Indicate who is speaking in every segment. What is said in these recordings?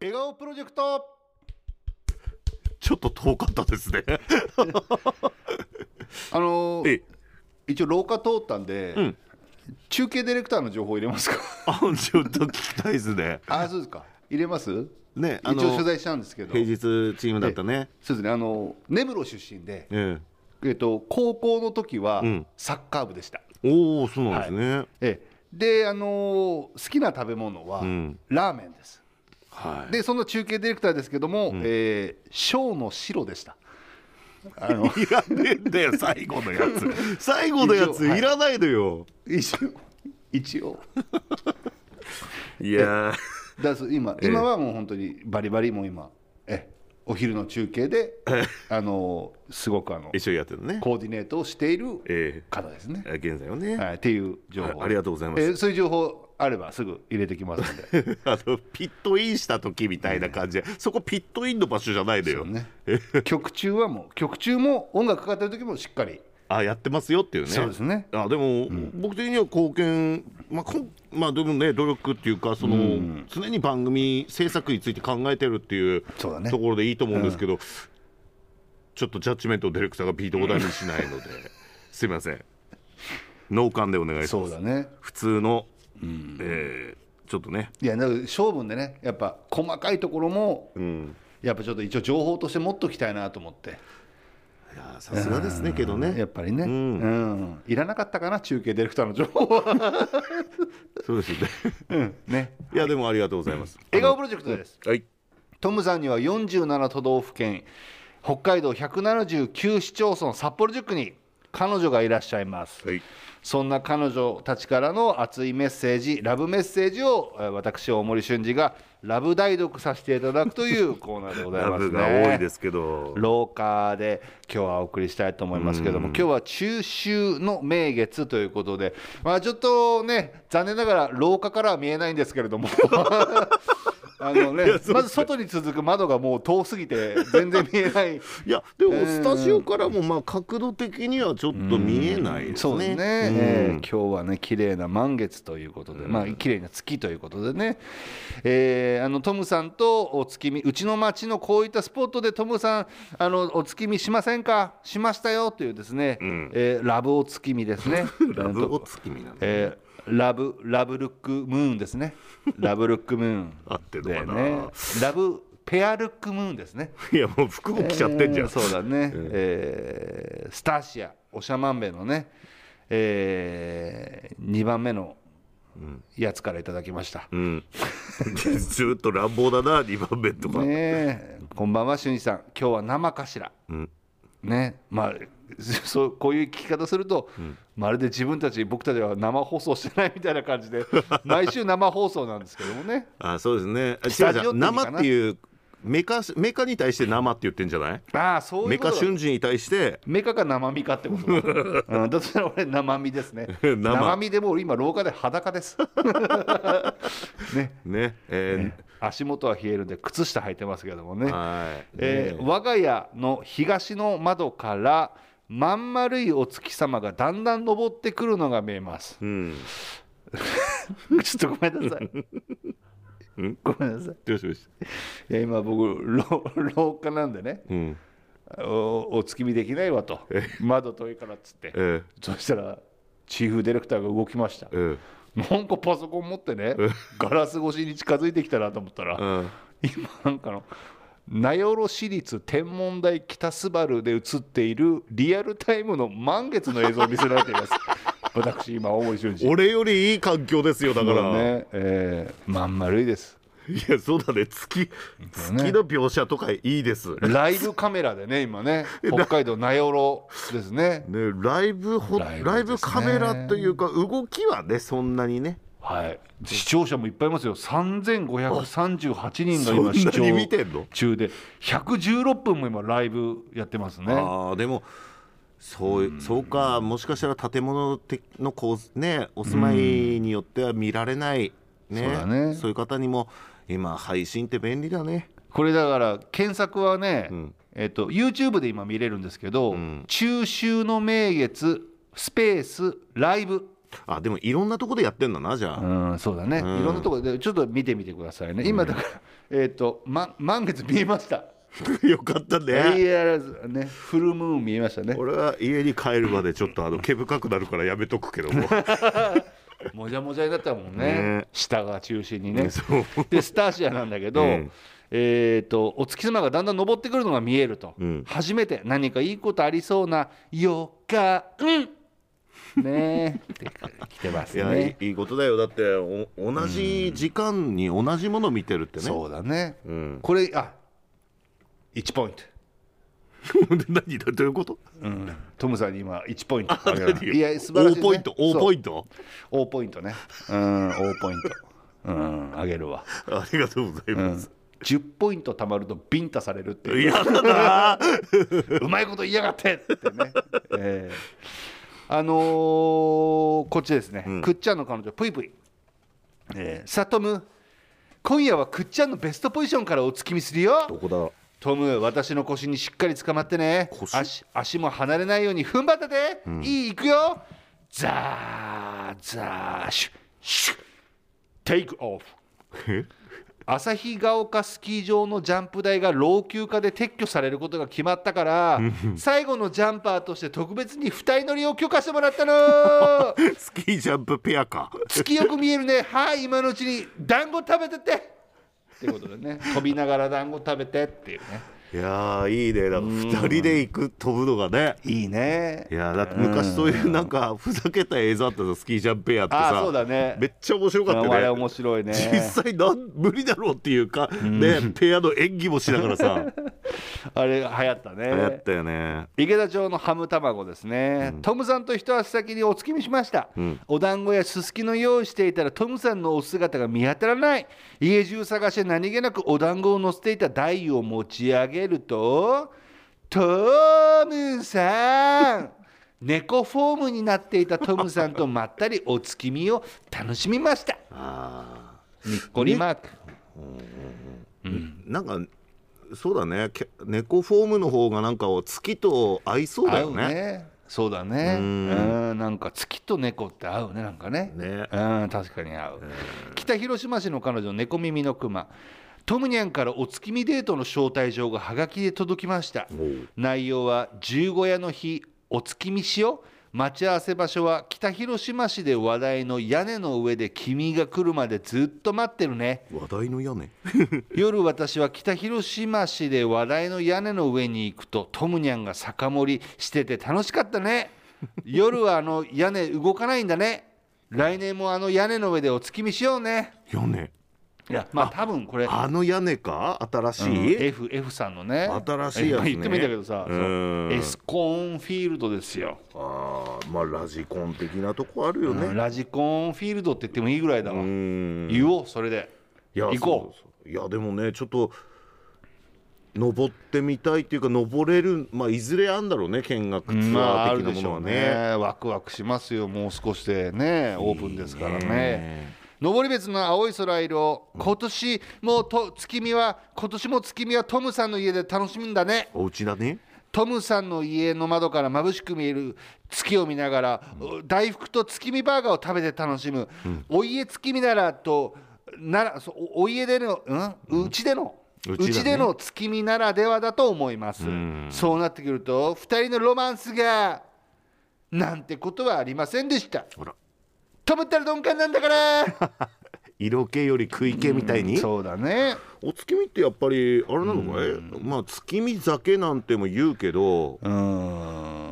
Speaker 1: 笑顔プロジェクト
Speaker 2: ちょっと遠かったですね。
Speaker 1: あのー
Speaker 2: ええ、
Speaker 1: 一応廊下通ったんで、
Speaker 2: うん
Speaker 1: 中継ディレクターの情報入れますか
Speaker 2: あちょっと聞きたいですね。
Speaker 1: あそうですか入れます
Speaker 2: ね、あ
Speaker 1: 一
Speaker 2: の
Speaker 1: 応取材したんですけど
Speaker 2: 平日チームだったね。
Speaker 1: そうですねあの根室出身で、
Speaker 2: え
Speaker 1: えっと、高校の時は
Speaker 2: うん
Speaker 1: サッカー部でした、
Speaker 2: え、おお、そうなんですね。
Speaker 1: ええであのー好きな食べ物は、
Speaker 2: うん
Speaker 1: ラーメンです
Speaker 2: はい。
Speaker 1: でその中継ディレクターですけども、えー小の白でしたあの
Speaker 2: いらねえんだよ最後のや つ。最後のやつ
Speaker 1: 以上はい
Speaker 2: いらないのよ。
Speaker 1: 一応一応
Speaker 2: いや
Speaker 1: だそう今
Speaker 2: え
Speaker 1: 今はもう本当にバリバリもう今えお昼の中継で、あのすごくあの
Speaker 2: ー、一緒にやってるのね。
Speaker 1: コーディネートをしている
Speaker 2: え
Speaker 1: 方ですね
Speaker 2: え、。現在はね。
Speaker 1: はい、っていう情報、
Speaker 2: はいありがとうございます
Speaker 1: えーそういう情報あればすぐ入れてきますので
Speaker 2: あのピットインした時みたいな感じで、そこピットインの場所じゃないのよ。
Speaker 1: ね曲中はもう曲中も音楽かかってる時もしっかり
Speaker 2: あやってますよっていうね。
Speaker 1: そうですね
Speaker 2: あでも、僕的には貢献、まあこんまあ、でもね努力っていうかその、常に番組制作について考えてるっていう
Speaker 1: そうだね
Speaker 2: ところでいいと思うんですけど、ちょっとジャッジメントをディレクターがビートボタンにしないので すいません脳幹でお願いし
Speaker 1: そ
Speaker 2: ま
Speaker 1: う
Speaker 2: す
Speaker 1: だね
Speaker 2: 普通の、えーちょっとね、
Speaker 1: いやだから勝負でねやっぱ細かいところも
Speaker 2: うん、
Speaker 1: やっぱちょっと一応情報として持っときたいなと思って
Speaker 2: いやーさすがですねけど
Speaker 1: や
Speaker 2: ね
Speaker 1: っぱりねう、
Speaker 2: うんん
Speaker 1: いらなかったかな中継ディレクターの情報 は
Speaker 2: そうですよね
Speaker 1: ね
Speaker 2: いやでもありがとうございます
Speaker 1: 笑顔プロジェクトです
Speaker 2: はい
Speaker 1: トムさんには47都道府県北海道179市町村札幌10区に彼女がいらっしゃいます、
Speaker 2: はい
Speaker 1: そんな彼女たちからの熱いメッセージラブメッセージをえー私大森俊二がラブ代読させていただくというコーナーでござい
Speaker 2: ラ
Speaker 1: ます
Speaker 2: ブ
Speaker 1: ね
Speaker 2: が多いですけど
Speaker 1: 廊下で今日はお送りしたいと思いますけども今日は中秋の名月ということで、まあ、ちょっとね残念ながら廊下からは見えないんですけれど もあの、ね
Speaker 2: いやそうですね
Speaker 1: まず外に続く窓がもう遠すぎて全然見えない。
Speaker 2: いやでも
Speaker 1: うん
Speaker 2: スタジオからもまあ角度的にはちょっと見えないですね。
Speaker 1: そうですね、えー今日はね綺麗な満月ということで、まあ綺麗な月ということでね、えーあのトムさんとお月見うちの町のこういったスポットでトムさんあのお月見しませんかしましたよというですね、えーラブお月見です ね
Speaker 2: ラブお月見なの、
Speaker 1: えーラブラブルックムーンですねラブルックムーン
Speaker 2: 合ってんのかな
Speaker 1: だよねラブペアルックムーンですね
Speaker 2: いやもう服も着ちゃってんじゃん。
Speaker 1: えーそうだね、えースターシアおしゃまんべのね、え2番目のやつからいただきました、
Speaker 2: うん。ずっと乱暴だな二番目とか。
Speaker 1: ねえこんばんは俊二さん今日は生かしら、
Speaker 2: ん
Speaker 1: ねまあそうこういう聞き方すると、まるで自分たち僕たちは生放送してないみたいな感じで毎週生放送なんですけどもね
Speaker 2: あそうですね。あ
Speaker 1: スタ
Speaker 2: 違う
Speaker 1: ジ
Speaker 2: 違
Speaker 1: オ
Speaker 2: う
Speaker 1: って意味かな
Speaker 2: 生っていうメカメカに対して生って言ってんじゃない？
Speaker 1: ああそうい
Speaker 2: メ
Speaker 1: うこ
Speaker 2: カ
Speaker 1: とだ
Speaker 2: 瞬時に対して
Speaker 1: メカか生身かってこと だ、うん、だったら俺生身ですね
Speaker 2: 生
Speaker 1: 生身でもう俺今廊下で裸です ね
Speaker 2: ね。え
Speaker 1: 足元は冷えるんで靴下履いてますけどもね
Speaker 2: ー、はい。
Speaker 1: えー
Speaker 2: ね
Speaker 1: 我が家の東の窓からまん丸いお月様がだんだん登ってくるのが見えます
Speaker 2: うん。
Speaker 1: ちょっとごめんなさいごめんなさい
Speaker 2: どうしました。
Speaker 1: いや今僕廊廊下なんでね
Speaker 2: うん。
Speaker 1: おお月見できないわと窓遠いからっつって
Speaker 2: えー、
Speaker 1: そしたらチーフディレクターが動きました
Speaker 2: えー、
Speaker 1: なんかパソコン持ってねガラス越しに近づいてきたなと思ったら、
Speaker 2: うん。
Speaker 1: 今なんかの名寄市立天文台北スバルで映っているリアルタイムの満月の映像を見せられてい ます私今大森俊二
Speaker 2: 俺よりいい環境ですよだから。
Speaker 1: もうね、えー、まん丸いです
Speaker 2: いやそうだね月月
Speaker 1: ね
Speaker 2: の描写とかいいです。
Speaker 1: ライブカメラでね今 ね北海道名寄ですね
Speaker 2: ね、ライブほ
Speaker 1: ラ
Speaker 2: ラ
Speaker 1: イ
Speaker 2: イ
Speaker 1: ブですね
Speaker 2: ブ,、カメラというか動きはねそんなにね
Speaker 1: はい視聴者もいっぱいいますよ3538人が
Speaker 2: そん
Speaker 1: 今
Speaker 2: な
Speaker 1: 視
Speaker 2: に見
Speaker 1: 聴
Speaker 2: てんの
Speaker 1: 中で116分も今ライブやってますね
Speaker 2: ああでもそうそうかもしかしたら建物てのこうねお住まいによっては見られない、ね
Speaker 1: そうだね
Speaker 2: そういう方にも今配信って便利だね
Speaker 1: これだから検索はね、
Speaker 2: ん
Speaker 1: えっと YouTube で今見れるんですけど「
Speaker 2: ん
Speaker 1: 中秋の名月スペースライブ」
Speaker 2: あでもいろんなとこでやってんだなじゃあ、
Speaker 1: うん、そうだね、
Speaker 2: うん
Speaker 1: いろんなところでちょっと見てみてくださいね今だから、えっ、と、ま、満月見えました
Speaker 2: よかったね
Speaker 1: AR ねフルムーン見えましたね
Speaker 2: 俺は家に帰るまでちょっとあの毛深くなるからやめとくけども
Speaker 1: もじゃもじゃになったもんね
Speaker 2: ね
Speaker 1: 下が中心にね、
Speaker 2: そう
Speaker 1: でスターシアなんだけど、
Speaker 2: うん
Speaker 1: えー、とお月様がだんだん昇ってくるのが見えると、
Speaker 2: うん
Speaker 1: 初めて何かいいことありそうな予 感ねえって来てます
Speaker 2: いやい
Speaker 1: ね。
Speaker 2: いいいことだよだってお同じ時間に同じもの見てるってね、
Speaker 1: そうだね、
Speaker 2: うん、
Speaker 1: これあ1ポイント、
Speaker 2: で何だどういうこと
Speaker 1: うん、トムさんに今1ポイント
Speaker 2: あ何
Speaker 1: いや素晴らしい、ね、
Speaker 2: 大ポイント大ポイ
Speaker 1: ント
Speaker 2: ント
Speaker 1: 大ポイントねうん大ポイントうんあげるわ、
Speaker 2: ありがとうございうま
Speaker 1: ん
Speaker 2: す、、
Speaker 1: 10ポイント貯まるとビンタされるっていう
Speaker 2: いやだな
Speaker 1: うまいこと言いやがってってね、えーあのーこっちですね、
Speaker 2: ん
Speaker 1: くっちゃんの彼女ぷいぷいえーさトム今夜はくっちゃんのベストポジションからお月見するよ
Speaker 2: こだ
Speaker 1: トム私の腰にしっかりつかまってね
Speaker 2: 腰
Speaker 1: 足足も離れないように踏ん張ってて、いい行くよザーザーシュシュテイクオフ
Speaker 2: え
Speaker 1: 旭ヶ丘スキー場のジャンプ台が老朽化で撤去されることが決まったから最後のジャンパーとして特別に二人乗りを許可してもらった の
Speaker 2: スキージャンプペアか
Speaker 1: 月よく見えるねはい今のうちに団子食べてってっていうことでね飛びながら団子食べてっていうね
Speaker 2: いやーいいねなんか2人で行く飛ぶのがね
Speaker 1: いいね
Speaker 2: いやーだって昔そういうなんかふざけた映像あったぞスキージャンプペアってさ
Speaker 1: あーそうだね
Speaker 2: めっちゃ面白かった
Speaker 1: あ
Speaker 2: ね
Speaker 1: れ面白いね
Speaker 2: 実際なん無理だろうっていうか、ねペアの演技もしながら さ
Speaker 1: あれ流行った
Speaker 2: 流行っ
Speaker 1: ね
Speaker 2: たよね
Speaker 1: 池田町のハム卵ですね、トムさんと一足先にお月見しました、
Speaker 2: ん
Speaker 1: お団子やすすきの用意していたらトムさんのお姿が見当たらない家中探して何気なくお団子を乗せていた台を持ち上げるとトムさ ん猫フォームになっていたトムさんとまったりお月見を楽しみました
Speaker 2: あ
Speaker 1: にっこりマーク、
Speaker 2: ーなんかそうだねけ猫フォームの方がなんか月と合いそうだ
Speaker 1: 合
Speaker 2: よ
Speaker 1: う
Speaker 2: ね
Speaker 1: ねそうだね
Speaker 2: う
Speaker 1: うんんなんか月と猫って合うねなんかね
Speaker 2: ね
Speaker 1: うん確かに合う北広島市の彼女猫耳のクマトムニャンからお月見デートの招待状がはがきで届きました
Speaker 2: おう
Speaker 1: 内容は十五夜の日お月見しよう待ち合わせ場所は北広島市で話題の屋根の上で君が来るまでずっと待ってるね
Speaker 2: 話題の屋根
Speaker 1: 夜私は北広島市で話題の屋根の上に行くとトムニャンが酒盛りしてて楽しかった ね夜はあの屋根動かないんだね来年もあの屋根の上でお月見しようね
Speaker 2: 屋根
Speaker 1: いやまあ多分これ、
Speaker 2: あの屋根か新し
Speaker 1: うん
Speaker 2: い、
Speaker 1: F, F さんのね
Speaker 2: 新しいやつね
Speaker 1: まあ言ってもいいんだけどさ、
Speaker 2: うん
Speaker 1: そうエスコンフィールドですよ、
Speaker 2: あーまあラジコン的なとこあるよ
Speaker 1: うん
Speaker 2: ね
Speaker 1: ラジコンフィールドって言ってもいいぐらいだわ、
Speaker 2: うん
Speaker 1: 言おうそれで
Speaker 2: いや
Speaker 1: 行こ
Speaker 2: そうそういやでもねちょっと登ってみたいっていうか登れるまあいずれあんだろうね見学ツ
Speaker 1: まあ
Speaker 2: ア
Speaker 1: あ
Speaker 2: ー
Speaker 1: る
Speaker 2: 的
Speaker 1: で
Speaker 2: な
Speaker 1: し
Speaker 2: もの
Speaker 1: ょ
Speaker 2: は
Speaker 1: う
Speaker 2: ね,、
Speaker 1: ねワクワクしますよもう少しでねオープンですからね
Speaker 2: ね
Speaker 1: 登別の青い空色今年もと月見は今年も月見はトムさんの家で楽しみんだね
Speaker 2: お家だね
Speaker 1: トムさんの家の窓から眩しく見える月を見ながら、大福と月見バーガーを食べて楽しむ、お家月見ならとならそうおお家での、うん、うちでの、
Speaker 2: う
Speaker 1: う
Speaker 2: ちだね
Speaker 1: ちでの月見ならではだと思います、
Speaker 2: ん
Speaker 1: そうなってくると2人のロマンスがなんてことはありませんでした
Speaker 2: ほら
Speaker 1: トムったら鈍感なんだから、
Speaker 2: 色気より食い気みたいに、
Speaker 1: そうだね
Speaker 2: お月見ってやっぱりあれなのかい、まあ月見酒なんても言うけど
Speaker 1: うん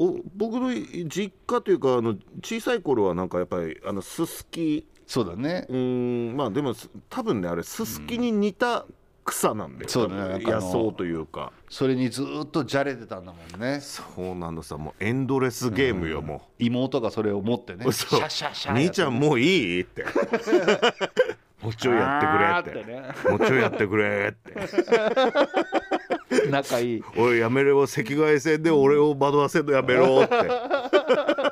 Speaker 2: お僕の実家というかあの小さい頃はなんかやっぱりあのすすき
Speaker 1: そうだね
Speaker 2: うーんまあでもす多分ねあれすすきに似た草なんだよ、
Speaker 1: そうだね
Speaker 2: 多分野草というか
Speaker 1: それにずーっとじゃれてたんだもんね
Speaker 2: そうなのさもうエンドレスゲームよ、も
Speaker 1: 妹がそれを持ってね
Speaker 2: う
Speaker 1: シ
Speaker 2: そう
Speaker 1: ャシャシャ
Speaker 2: 兄ちゃんもういいって もうちょいやってくれって
Speaker 1: あーっ
Speaker 2: もうちょいやってくれって
Speaker 1: てね仲いい
Speaker 2: おいやめれば赤外線で俺を惑わせるのやめろ っ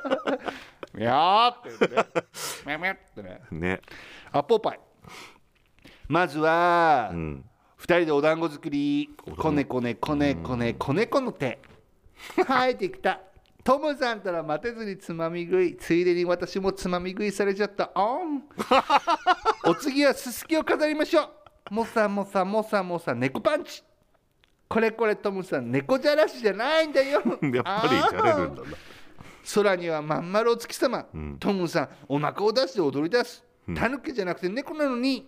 Speaker 1: 「やー」って言 って「ミャミャ」ってね
Speaker 2: てね
Speaker 1: アポパイまずは、二人でお団子作りこねこねこねこねこねこの手生えてきたトムさんたら待てずにつまみ食いついでに私もつまみ食いされちゃったオンお次はすすきを飾りましょうもさもさもさもさ猫パンチこれこれトムさん猫じゃらしじゃないんだよ
Speaker 2: やっぱりじゃれるんだ
Speaker 1: あー
Speaker 2: な
Speaker 1: 空にはまんまるお月様、トムさんお腹を出して踊り出すタヌキじゃなくて猫なのに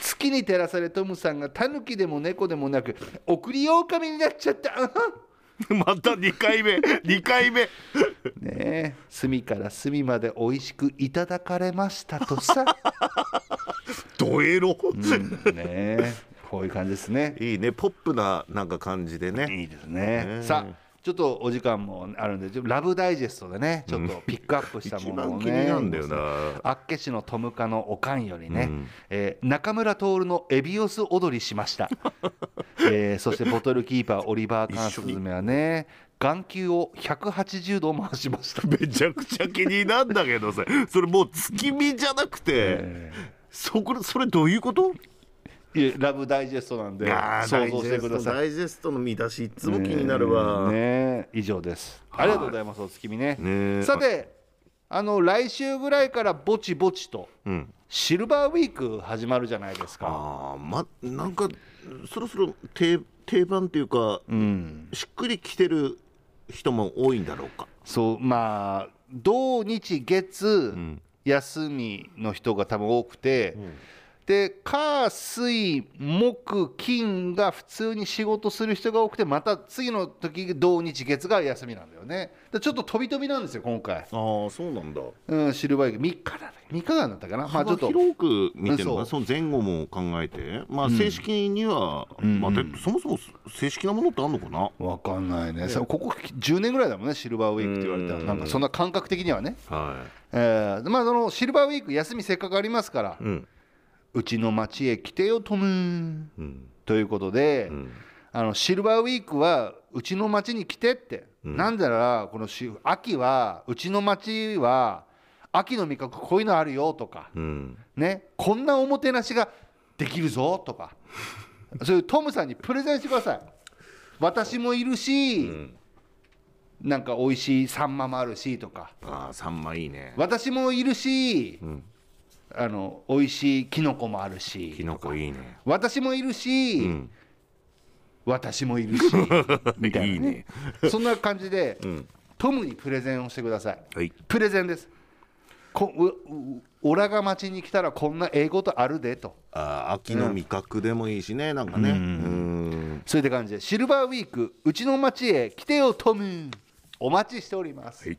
Speaker 1: 月に照らされトムさんがタヌキでも猫でもなく送り狼になっちゃったあはん
Speaker 2: また2回 目2回目
Speaker 1: ねえ隅から隅まで美味しくいただかれましたとさ、
Speaker 2: ドエロ、
Speaker 1: うんねえこういう感じですね
Speaker 2: いいねポップななんか感じでね
Speaker 1: いいですね、
Speaker 2: ねえ
Speaker 1: さあちょっとお時間もあるんでちょラブダイジェストでねちょっとピックアップした
Speaker 2: 一
Speaker 1: ものを
Speaker 2: 番
Speaker 1: ね
Speaker 2: 気になるんだよな
Speaker 1: 厚岸のトムカのおかんよりね、
Speaker 2: うん
Speaker 1: えー中村徹のエビオス踊りしました、 えーそしてボトルキーパーオリバー・カンスズメは ね眼球を180度回しました、
Speaker 2: めちゃくちゃ気になるんだけどさそれもう月見じゃなくて、
Speaker 1: え
Speaker 2: そこそれどういうこと
Speaker 1: ーいえラブダイジェストなんで
Speaker 2: あー
Speaker 1: 想像してくださ
Speaker 2: ダ
Speaker 1: い
Speaker 2: イジェストの見出しいつも気になるわ、
Speaker 1: ねえ以上ですありがとうございますお月見ね
Speaker 2: ねえ
Speaker 1: さてあの来週ぐらいからぼちぼちと
Speaker 2: うん、
Speaker 1: シルバーウィーク始まるじゃないですか
Speaker 2: あーまなんかそろそろ定定番っていうか、
Speaker 1: うん
Speaker 2: しっくりきてる人も多いんだろうか
Speaker 1: そうまあ土日月、
Speaker 2: ん
Speaker 1: 休みの人が多分多くて、で火水木金が普通に仕事する人が多くてまた次の時土日月が休みなんだよねでちょっと飛び飛びなんですよ今回、
Speaker 2: ああそうなんだ
Speaker 1: うん、シルバーウィーク3日だ3日間だったかなまあちょっと
Speaker 2: 広く見てるのか
Speaker 1: う
Speaker 2: なんその前後も考えてまあ正式には、まあ、でそもそも正式なものってあるのかな
Speaker 1: わかんないね、さここ10年ぐらいだもんねシルバーウィークって言われたらなんかそんな感覚的にはね、
Speaker 2: は
Speaker 1: えーまあそのシルバーウィーク休みせっかくありますから、
Speaker 2: いうん
Speaker 1: うちの町へ来てよトムー
Speaker 2: うん
Speaker 1: ということで、
Speaker 2: ん
Speaker 1: あのシルバーウィークはうちの町に来てって、なんだらこのし秋はうちの町は秋の味覚こういうのあるよとか、
Speaker 2: うん
Speaker 1: ねこんなおもてなしができるぞとか そういうトムさんにプレゼンしてください私もいるし、なんか美味しいサンマもあるしとか
Speaker 2: ああサンマいいね
Speaker 1: 私もいるし、あの美味しいキノコもあるし
Speaker 2: キノコいいね
Speaker 1: 私もいるし、
Speaker 2: ん
Speaker 1: 私もい るしみたいな、ね、
Speaker 2: いいね
Speaker 1: そんな感じで、トムにプレゼンをしてください
Speaker 2: はい
Speaker 1: プレゼンですこううオラが町に来たらこんな英語とあるでと
Speaker 2: あー秋の味覚でもいいしねなんかねうん
Speaker 1: そういった感じでシルバーウィークうちの町へ来てよトムお待ちしております、
Speaker 2: はい